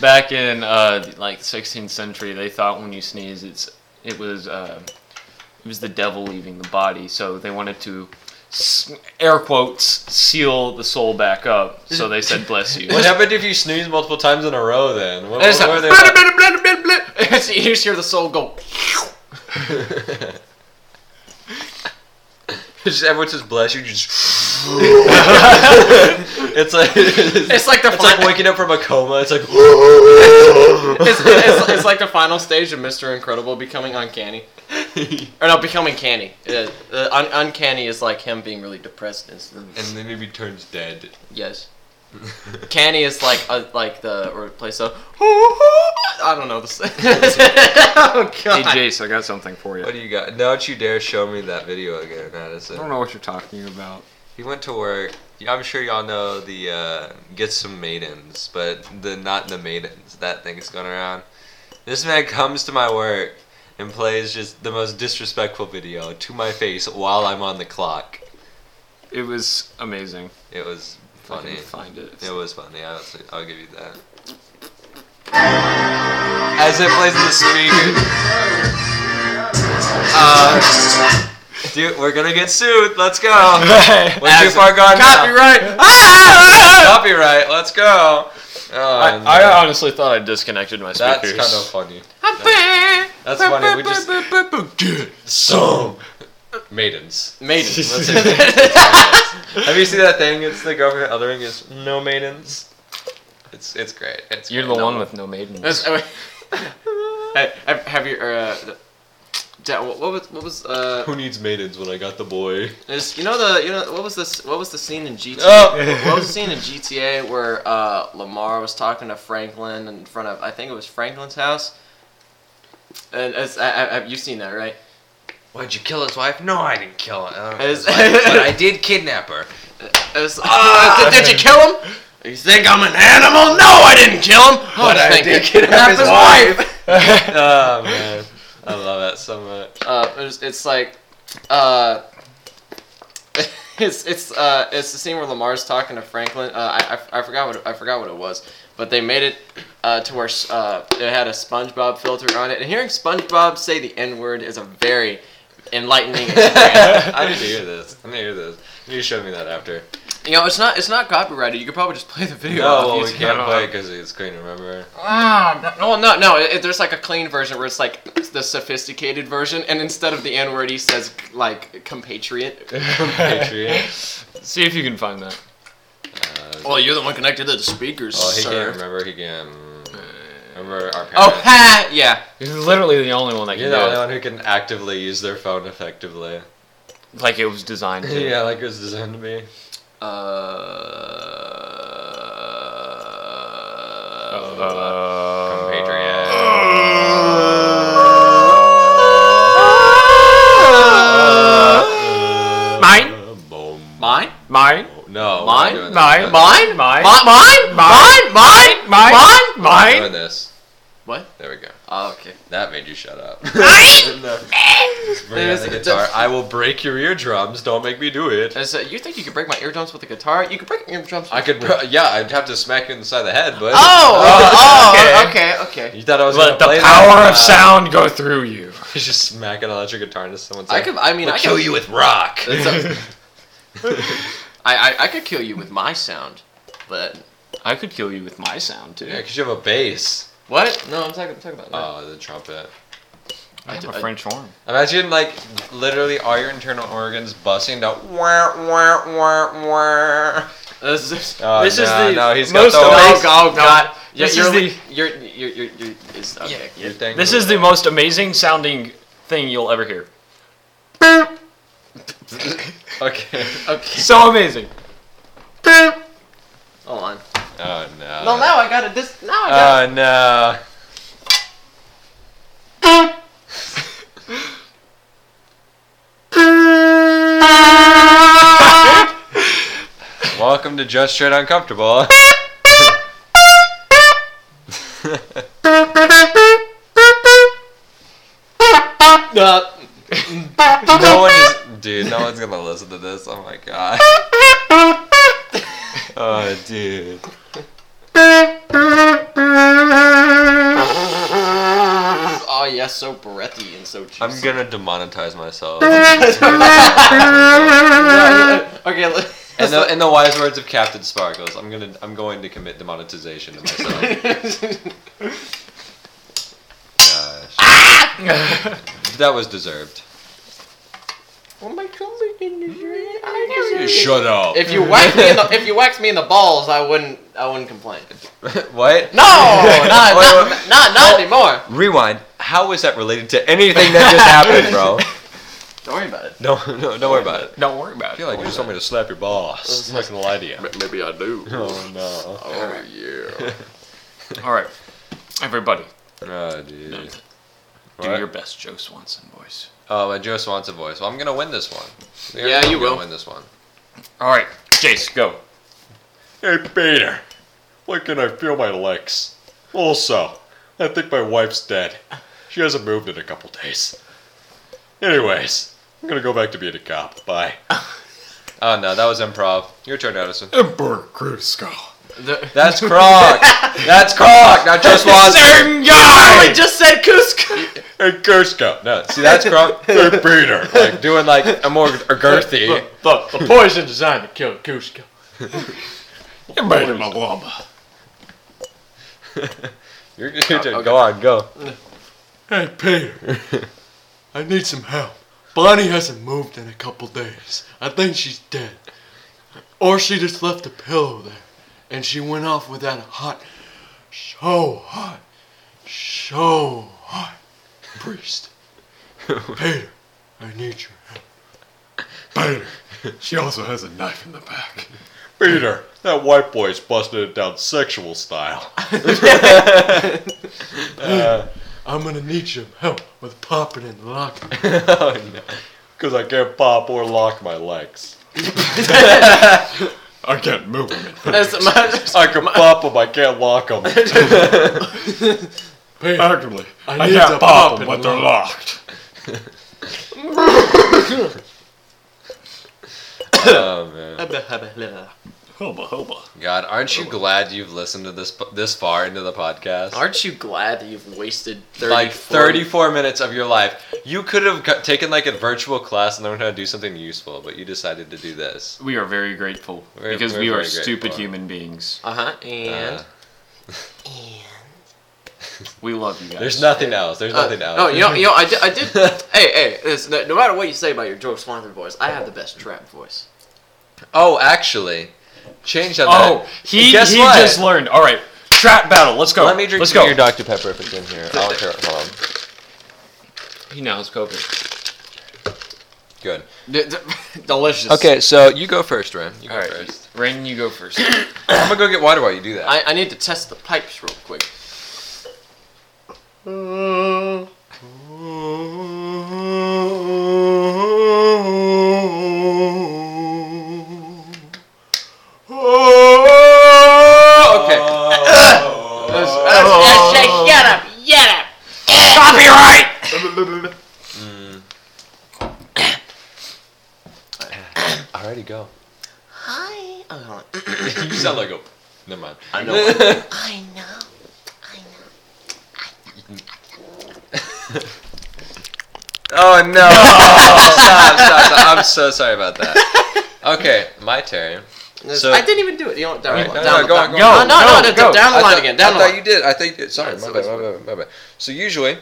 Speaker 2: back in uh like 16th century they thought when you sneeze it's it was uh, it was the devil leaving the body so they wanted to s- air quotes seal the soul back up so they said bless you
Speaker 1: What happened if you sneeze multiple times in a row? Then what,
Speaker 3: It's
Speaker 1: what
Speaker 3: like,
Speaker 1: were they?
Speaker 3: "Blah, blah, blah, blah, blah, blah." you just hear the soul go.
Speaker 1: just everyone says "bless you." Just it's like it's,
Speaker 3: It's like the
Speaker 1: it's like
Speaker 3: final,
Speaker 1: waking up from a coma. It's like
Speaker 3: it's, it's, it's like the final stage of Mr. Incredible becoming uncanny, or no, becoming canny. Uh, uh, un- uncanny is like him being really depressed. And stuff.
Speaker 1: and then maybe turns dead.
Speaker 3: yes, canny is like a, like the or place of. I don't know. This. oh
Speaker 2: hey
Speaker 3: god.
Speaker 2: jace i got something for you
Speaker 1: What do you got? Don't you dare show me that video again, Addison.
Speaker 2: i don't know what you're talking about
Speaker 1: He went to work. I'm sure y'all know the uh, get some maidens, but the not the maidens. That thing is going around. This man comes to my work and plays just the most disrespectful video to my face while I'm on the clock.
Speaker 2: it was amazing
Speaker 1: It was
Speaker 2: i
Speaker 1: funny.
Speaker 2: can find it
Speaker 1: It was funny. I'll, I'll give you that. As it plays in the speaker. Uh, dude, we're gonna get sued. Let's go. We're too far gone now.
Speaker 2: Ah,
Speaker 3: Copyright.
Speaker 1: Copyright. Let's go. Oh, no.
Speaker 2: I honestly thought I disconnected my
Speaker 1: that's
Speaker 2: speakers.
Speaker 1: kind of funny. That's funny. We just song maidens.
Speaker 3: Maiden.
Speaker 1: Let's say maidens. Have you seen that thing? It's the girl from the other ring is no maidens. It's it's great. It's
Speaker 2: You're the
Speaker 1: great. No
Speaker 2: one with no maiden.
Speaker 3: That's- I mean- Hey, have, have you uh, da- what what was what was uh
Speaker 1: Who needs maidens when I got the boy?
Speaker 3: is, you know the you know what was this what was the scene in GTA
Speaker 1: Oh.
Speaker 3: what was the scene in GTA where uh Lamar was talking to Franklin in front of I think it was Franklin's house and it's, I, I, have you seen that right
Speaker 1: Why'd you kill his wife? No, I didn't kill her. I don't know
Speaker 3: It's-
Speaker 1: his wife, but I did kidnap her.
Speaker 3: it was, "Uh, did, did you kill him you think I'm an animal no I didn't kill him
Speaker 1: But I
Speaker 3: thank
Speaker 1: did
Speaker 3: you.
Speaker 1: Oh, kidnap
Speaker 3: That's
Speaker 1: his
Speaker 3: wife.
Speaker 1: Oh man, I love that so much.
Speaker 3: uh, it's, it's like, uh, it's it's uh, it's the scene where Lamar's talking to Franklin. Uh, I, I, I forgot what it- I forgot what it was, but they made it uh, to where uh, it had a SpongeBob filter on it, and hearing SpongeBob say the N word is a very enlightening experience.
Speaker 1: I need to hear this. I need to hear this. You showed me that after.
Speaker 3: You know, it's not it's not copyrighted. You could probably just play the video. off
Speaker 1: No, well, we
Speaker 3: YouTube.
Speaker 1: can't
Speaker 2: no.
Speaker 1: play because it's green. Remember?
Speaker 3: Oh no, no. It, there's like a clean version where it's like the sophisticated version, and instead of the N word, he says like compatriot.
Speaker 1: Patriot.
Speaker 2: See if you can find that.
Speaker 1: Uh,
Speaker 3: Well, you're the one connected to the speakers,
Speaker 1: oh, he
Speaker 3: sir.
Speaker 1: can't remember. He can
Speaker 2: Uh,
Speaker 1: remember our parents.
Speaker 3: oh, ha! Yeah.
Speaker 2: You're literally the only one that
Speaker 1: You're
Speaker 2: can
Speaker 1: the only
Speaker 2: do
Speaker 1: one who can actively use their phone effectively.
Speaker 2: it. Like it was designed to.
Speaker 1: yeah, like it was designed to be.
Speaker 3: Uh.
Speaker 2: Uh, Uh, Mine?
Speaker 1: Boom.
Speaker 3: Mine?
Speaker 2: Mine?
Speaker 1: No. we're not doing
Speaker 3: Mine?
Speaker 1: this.
Speaker 2: Mine?
Speaker 1: We're
Speaker 2: Mine? Mine?
Speaker 3: Mine? Mine? Mine? Mine?
Speaker 2: Mine?
Speaker 3: Mine?
Speaker 1: not
Speaker 2: Mine?
Speaker 1: Doing this.
Speaker 3: What?
Speaker 1: There we go.
Speaker 3: Oh, okay.
Speaker 1: That made you shut up.
Speaker 3: Mine?
Speaker 1: No. Bring out
Speaker 3: There's
Speaker 1: the
Speaker 3: a
Speaker 1: guitar.
Speaker 3: diff-
Speaker 1: I will break your eardrums. Don't make me do it.
Speaker 3: I said, you think you could break my eardrums with a guitar? You could break my eardrums.
Speaker 1: I could. pro- Yeah, I'd have to smack you inside the head, but.
Speaker 3: Oh, oh,
Speaker 2: okay.
Speaker 3: okay, okay.
Speaker 1: You thought I was
Speaker 2: Let
Speaker 1: gonna play
Speaker 2: the power
Speaker 1: that? Uh,
Speaker 2: of sound go through you.
Speaker 1: just smack an electric guitar into someone's
Speaker 3: I
Speaker 1: head.
Speaker 3: could. I mean,
Speaker 1: We'll
Speaker 3: I
Speaker 1: kill
Speaker 3: could,
Speaker 1: you with rock.
Speaker 3: It's a- I, I, I could kill you with my sound, but
Speaker 2: I could kill you with my sound too.
Speaker 1: Yeah, because you have a bass.
Speaker 3: what? No, I'm talking, I'm talking about that.
Speaker 1: Oh, the trumpet.
Speaker 2: I have
Speaker 3: I-
Speaker 2: a
Speaker 3: I-
Speaker 2: French horn.
Speaker 1: Imagine like literally all your internal organs busting out. Wah, wah, wah, wah.
Speaker 3: this is,
Speaker 1: Oh,
Speaker 2: This is
Speaker 1: no,
Speaker 2: the
Speaker 1: no, he's
Speaker 2: most
Speaker 1: got the
Speaker 2: amazing-
Speaker 3: oh,
Speaker 1: bass.
Speaker 3: God, oh,
Speaker 2: No,
Speaker 3: God. Yeah,
Speaker 2: this
Speaker 3: you're,
Speaker 2: is
Speaker 3: li-
Speaker 2: the-
Speaker 3: you're, you're, you're, you're, is, okay.
Speaker 1: Your thing
Speaker 2: This is the most amazing sounding thing you'll ever hear.
Speaker 1: okay.
Speaker 3: Okay.
Speaker 2: So amazing.
Speaker 3: Hold on.
Speaker 1: Oh no.
Speaker 3: No, now I got it. This now I
Speaker 1: Oh
Speaker 3: got
Speaker 1: no. Welcome to Just Straight Uncomfortable.
Speaker 3: it. Uh,
Speaker 1: no one is, dude. No one's gonna listen to this. Oh my god. Oh, dude.
Speaker 3: oh yeah, so breathy and so juicy.
Speaker 1: I'm gonna demonetize myself.
Speaker 3: Yeah, yeah. okay. Let,
Speaker 1: In the, in the wise words of Captain Sparkles, I'm gonna I'm going to commit demonetization to myself. Gosh. That was deserved.
Speaker 3: oh my god!
Speaker 1: Shut up.
Speaker 3: If you whacked me in the if you whacked me in the balls, I wouldn't I wouldn't complain.
Speaker 1: what?
Speaker 3: No, not
Speaker 1: Wait,
Speaker 3: not,
Speaker 1: wait.
Speaker 3: not not anymore.
Speaker 1: Rewind. How is that related to anything that just happened, bro?
Speaker 3: Don't worry about it.
Speaker 1: No, no, don't worry about it.
Speaker 2: Don't worry about
Speaker 1: I
Speaker 2: it.
Speaker 1: feel like you just want me to slap your boss. I'm not gonna lie to you.
Speaker 3: Maybe I do.
Speaker 1: Oh
Speaker 3: Oh yeah.
Speaker 2: All right, everybody,
Speaker 1: no. Oh, dude.
Speaker 2: do
Speaker 1: What?
Speaker 2: your best, Joe Swanson voice.
Speaker 1: Oh, my Joe Swanson voice. Well, I'm gonna win this one.
Speaker 3: Yeah, you
Speaker 1: I'm gonna
Speaker 3: will.
Speaker 1: win this one.
Speaker 2: All right, Jace, go.
Speaker 5: Hey, Peter. Why can I feel my legs? Also, I think my wife's dead. She hasn't moved in a couple days. Anyways, I'm gonna go back to being a cop. Bye.
Speaker 1: Oh no, that was improv. Your turn, Addison.
Speaker 5: Emperor Crucial.
Speaker 3: The-
Speaker 1: That's Croc. That's Croc. Not Joe Swanson.
Speaker 3: I just said Cusco.
Speaker 5: Hey, Cusco. No.
Speaker 1: No, see, that's Croc.
Speaker 5: Hey, Peter.
Speaker 1: Like doing like a more girthy.
Speaker 4: Look, the poison designed to kill Kuska.
Speaker 5: You made him a lumber.
Speaker 1: Your,
Speaker 3: Oh,
Speaker 1: your turn. Go on, go.
Speaker 4: Hey, Peter. I need some help. Bonnie hasn't moved in a couple days. I think she's dead. Or she just left a pillow there. And she went off with that hot, so hot, so hot priest. Peter, I need your help.
Speaker 5: Peter. She also has a knife in the back.
Speaker 4: Peter,
Speaker 5: That white boy's busted it down sexual style.
Speaker 4: I'm gonna need your help with popping and locking.
Speaker 5: Because I can't pop or lock my legs. I can't move them.
Speaker 3: That's my-
Speaker 5: I can pop them, I can't lock them.
Speaker 4: Peter,
Speaker 5: Actually,
Speaker 4: I
Speaker 5: I,
Speaker 4: need
Speaker 5: can't
Speaker 4: to
Speaker 5: pop
Speaker 4: pop
Speaker 5: them,
Speaker 4: and
Speaker 5: but they're locked.
Speaker 1: Oh man.
Speaker 5: Hubba hubba.
Speaker 1: God, aren't you glad you've listened to this this far into the podcast?
Speaker 3: Aren't you glad that you've wasted 30
Speaker 1: like 34 minutes of your life. You could have got, taken like a virtual class and learned how to do something useful, but you decided to do this.
Speaker 2: We are very grateful
Speaker 1: We're-
Speaker 2: because
Speaker 1: we're
Speaker 2: we are
Speaker 1: very
Speaker 2: stupid
Speaker 1: grateful.
Speaker 2: human beings.
Speaker 3: Uh huh. And
Speaker 1: Uh,
Speaker 2: We love you guys.
Speaker 1: there's nothing else. There's
Speaker 3: Uh,
Speaker 1: nothing else.
Speaker 3: No, you know, you know, I did. I did hey, hey, this, no, no matter what you say about your George Swanton voice, I have the best trap voice.
Speaker 1: Oh, actually, change on that.
Speaker 2: Oh, he, he
Speaker 1: Guess what?
Speaker 2: just learned. All right, trap battle. Let's go.
Speaker 1: Let me drink
Speaker 2: Let's go.
Speaker 1: your Dr Pepper if it's in here. I'll tear it. Hold on.
Speaker 2: He now has COVID.
Speaker 1: Good.
Speaker 3: D- d- Delicious.
Speaker 1: Okay, so you go first, Ren. You go
Speaker 2: All right,
Speaker 1: first.
Speaker 2: Rain, you go first.
Speaker 1: I'm gonna go get water while you do that.
Speaker 3: I, I need to test the pipes real quick.
Speaker 1: okay.
Speaker 3: shut up! Shut up!
Speaker 1: Alrighty, Mm. go.
Speaker 3: Hi. Oh, hold on.
Speaker 1: you sound like a. Never mind.
Speaker 3: I know.
Speaker 6: I know. I know.
Speaker 1: Oh no! stop, stop, stop. I'm so sorry about that. Okay, my turn. So-
Speaker 3: I didn't even do it. You know, down,
Speaker 1: Alright,
Speaker 3: down,
Speaker 1: no,
Speaker 3: down
Speaker 1: no,
Speaker 3: the
Speaker 1: go
Speaker 3: pi-
Speaker 1: on, go
Speaker 3: no,
Speaker 1: on.
Speaker 3: no,
Speaker 2: Go,
Speaker 3: no, no,
Speaker 2: go.
Speaker 3: down the
Speaker 1: I
Speaker 3: line
Speaker 1: thought-
Speaker 3: again. Down
Speaker 1: I
Speaker 3: the
Speaker 1: thought
Speaker 3: line.
Speaker 1: you did. I think you did. Sorry,
Speaker 3: That's-
Speaker 1: my bad,
Speaker 3: that's
Speaker 1: my bad, my bad. So usually,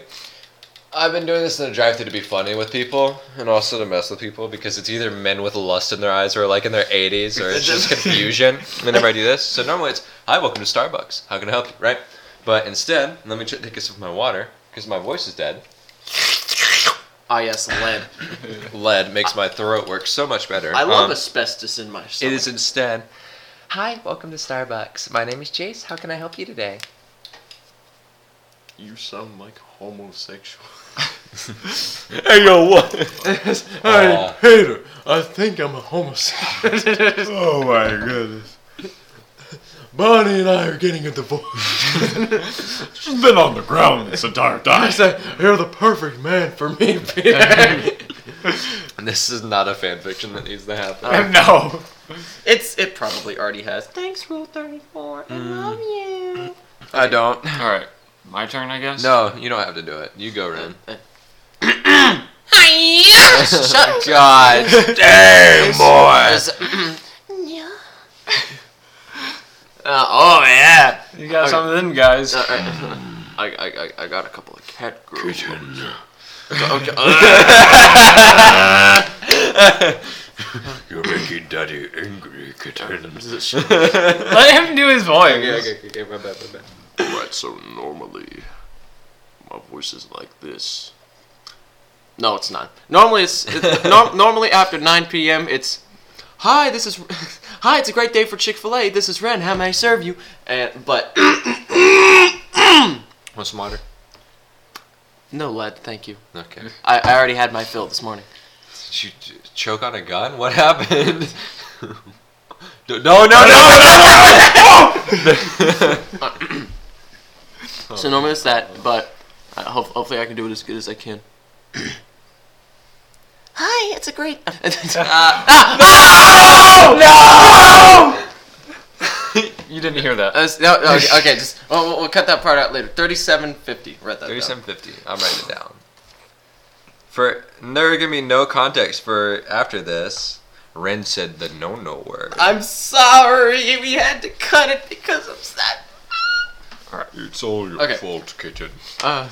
Speaker 1: I've been doing this in the drive-thru to be funny with people and also to mess with people because it's either men with lust in their eyes or like in their 80s or it's just confusion whenever I do this. So normally it's, "Hi, welcome to Starbucks. How can I help you?" Right? But instead, let me ch- take a sip of my water because my voice is dead.
Speaker 3: Ah, yes, lead.
Speaker 1: Lead makes my throat work so much better.
Speaker 3: I love
Speaker 1: Um,
Speaker 3: asbestos in my
Speaker 1: It
Speaker 3: stomach.
Speaker 1: is instead.
Speaker 7: Hi, welcome to Starbucks. My name is Jace. How can I help you today?
Speaker 4: You sound like homosexual.
Speaker 5: Hey, yo, what?
Speaker 4: Hey,
Speaker 1: Aw.
Speaker 4: hater, I think I'm a homosexual.
Speaker 5: Oh my goodness.
Speaker 4: Bonnie and I are getting a divorce.
Speaker 5: She's been on the ground this entire
Speaker 4: I
Speaker 5: time.
Speaker 4: said, you're the perfect man for me, Peter.
Speaker 1: This is not a fan fiction that needs to happen.
Speaker 5: No.
Speaker 3: It's. It probably already has. Thanks, Rule Thirty Four. I
Speaker 1: Mm.
Speaker 3: love you.
Speaker 1: I don't.
Speaker 2: All right, my turn, I guess.
Speaker 1: No, you don't have to do it. You go, Ren. uh.
Speaker 6: Hiya!
Speaker 1: Oh, God.
Speaker 5: Damn, boy.
Speaker 3: Is-
Speaker 6: Yeah.
Speaker 3: Uh, oh yeah.
Speaker 2: you got some of them guys.
Speaker 3: Uh, I, I, I, I got a couple of cat groups.
Speaker 5: You're making daddy angry, Katarina.
Speaker 2: Let him do his voice.
Speaker 4: Right, so normally, my voice is like this.
Speaker 3: No, it's not. Normally, it's it, norm, normally after 9 p.m. It's, hi, this is, hi, it's a great day for Chick Fil A. This is Ren. How may I serve you? And but
Speaker 1: What's the matter?
Speaker 3: no, lad, thank you.
Speaker 1: Okay.
Speaker 3: I, I already had my fill this morning.
Speaker 1: Did you j- choke on a gun? What happened? no, no, no, no,
Speaker 3: So normally it's that, but I, hope, hopefully I can do it as good as I can.
Speaker 6: Hi, it's a great.
Speaker 2: Oh, You didn't hear that. E
Speaker 3: Uh, no, no, okay, okay, just we'll, we'll- we'll cut that part out later. Thirty-seven fifty. Read that. Thirty-seven.
Speaker 1: Thirty-seven fifty. I'm writing it down. For and there are gonna be no context for after this. Ren said the no-no word.
Speaker 3: I'm sorry, we had to cut it because I'm sad.
Speaker 5: It's all your
Speaker 3: Okay.
Speaker 5: fault, kitten.
Speaker 3: Uh,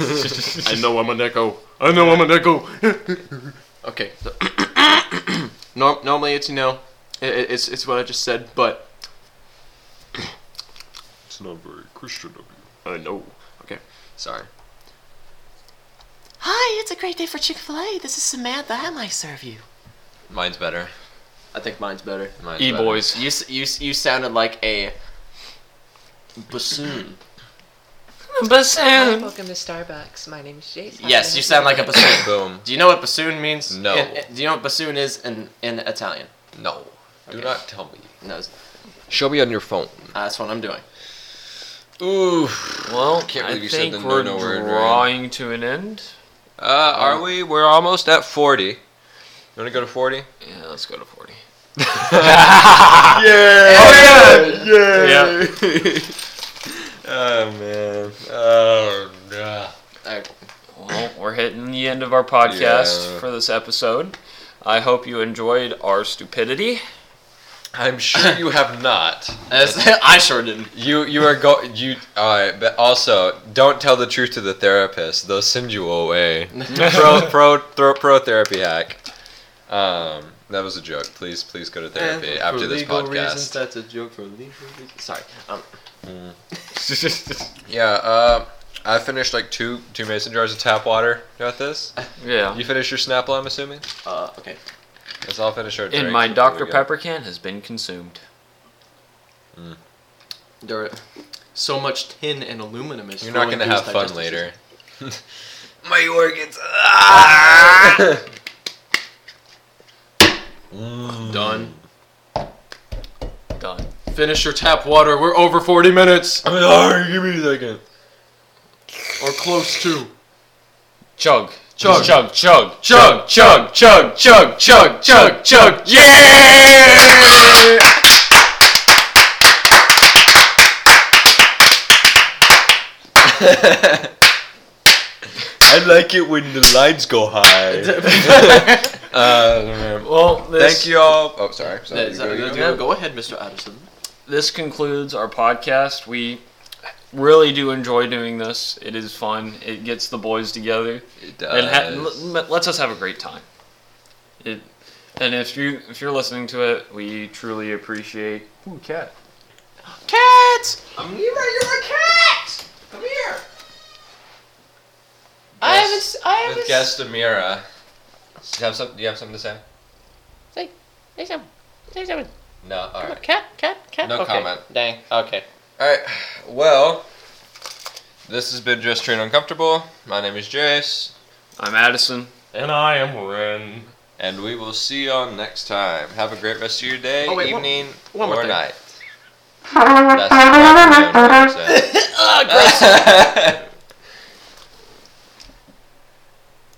Speaker 4: I know I'm an echo. I know I'm an echo.
Speaker 3: Okay. so- Norm- normally, it's you know, i i- it's it's what I just said, but
Speaker 5: It's not very Christian of you.
Speaker 4: I know.
Speaker 1: Sorry.
Speaker 6: Hi, it's a great day for Chick Fil A. This is Samantha. How may I serve you?
Speaker 1: Mine's better.
Speaker 3: I think mine's better.
Speaker 1: Mine's
Speaker 2: E
Speaker 1: better.
Speaker 2: boys.
Speaker 3: You s- you s- you sounded like a bassoon.
Speaker 7: Hi, welcome to Starbucks. My name is Jace. How
Speaker 3: yes,
Speaker 7: can
Speaker 3: you
Speaker 7: I help
Speaker 3: sound like a bassoon.
Speaker 1: Boom.
Speaker 3: Do you know what bassoon means?
Speaker 1: No.
Speaker 3: In- in- do you know what bassoon is in in Italian?
Speaker 1: No. Do
Speaker 3: Okay.
Speaker 1: not tell me.
Speaker 3: No, it's-
Speaker 1: Show me on your phone.
Speaker 3: uh, that's what I'm doing.
Speaker 1: Ooh.
Speaker 2: Well,
Speaker 1: Can't
Speaker 2: I
Speaker 1: believe you said
Speaker 2: think
Speaker 1: the
Speaker 2: we're
Speaker 1: no-no word, right?
Speaker 2: drawing to an end.
Speaker 1: Uh, are we? We're almost at 40. You want to go to 40?
Speaker 2: Yeah, let's go to forty.
Speaker 1: Oh, yeah!
Speaker 3: Uh,
Speaker 2: Yeah.
Speaker 1: Oh, man. Oh, no.
Speaker 3: Uh,
Speaker 2: Well, Well, we're hitting the end of our podcast
Speaker 1: Yeah.
Speaker 2: for this episode. I hope you enjoyed our stupidity.
Speaker 1: I'm sure you have not.
Speaker 3: I sure didn't.
Speaker 1: You you are go you all right, but also don't tell the truth to the therapist. They'll send you away. pro pro thro, pro therapy hack. Um, that was a joke. Please please go to therapy
Speaker 3: Uh,
Speaker 1: after this podcast.
Speaker 3: that's a joke for legal reasons. Sorry. Um,
Speaker 1: yeah. Uh, I finished like two two mason jars of tap water. Got this.
Speaker 2: Yeah.
Speaker 1: You finished your Snapple, I'm assuming.
Speaker 3: uh, okay.
Speaker 1: Let's all finish our.
Speaker 2: and
Speaker 1: drinks
Speaker 2: my
Speaker 1: before we
Speaker 2: Dr.
Speaker 1: go.
Speaker 2: Pepper can has been consumed.
Speaker 3: There are so much tin and aluminum is.
Speaker 1: You're not
Speaker 3: flowing
Speaker 1: gonna have
Speaker 3: through his
Speaker 1: fun
Speaker 3: digestive
Speaker 1: later.
Speaker 3: system.
Speaker 1: my organs. Ah!
Speaker 3: Done.
Speaker 2: Done.
Speaker 3: Finish your tap water. We're over 40 minutes
Speaker 1: I'm sorry. Give me a second.
Speaker 3: or close to.
Speaker 2: Chug.
Speaker 3: Chug.
Speaker 2: Chug. Chug.
Speaker 3: Chug, chug, chug, chug, chug, chug, chug. Yeah!
Speaker 1: I like it when the lines go high. uh,
Speaker 2: Well, this,
Speaker 1: thank you all. Oh, sorry. sorry.
Speaker 3: Is that-
Speaker 1: You go, you go.
Speaker 3: go- Go ahead, Mr. Addison.
Speaker 2: this concludes our podcast. We really do enjoy doing this. It is fun. It gets the boys together.
Speaker 1: It
Speaker 2: It ha-
Speaker 1: does.
Speaker 2: l- lets us have a great time. It, and if you if you're listening to it, we truly appreciate. Ooh, cat.
Speaker 3: Cats! Amira, you're a cat! Come here!
Speaker 7: I have a s I have a
Speaker 1: With
Speaker 7: s-
Speaker 1: guest Amira. Do you have some- do you have something to say?
Speaker 7: Say, say something. Say something.
Speaker 1: No. All
Speaker 7: Come on,
Speaker 1: right.
Speaker 7: cat, cat, cat.
Speaker 1: No
Speaker 7: okay.
Speaker 1: comment.
Speaker 3: Dang. Okay.
Speaker 1: All right. Well, this has been just train uncomfortable. My name is Jace,
Speaker 2: I'm Addison.
Speaker 5: And I am Ren.
Speaker 1: and we will see y'all next time. Have a great rest of your day,
Speaker 3: Oh, wait, one-
Speaker 1: evening,
Speaker 3: one more
Speaker 1: or
Speaker 3: thing.
Speaker 1: night. That's what I'm saying.
Speaker 3: Ah, gross.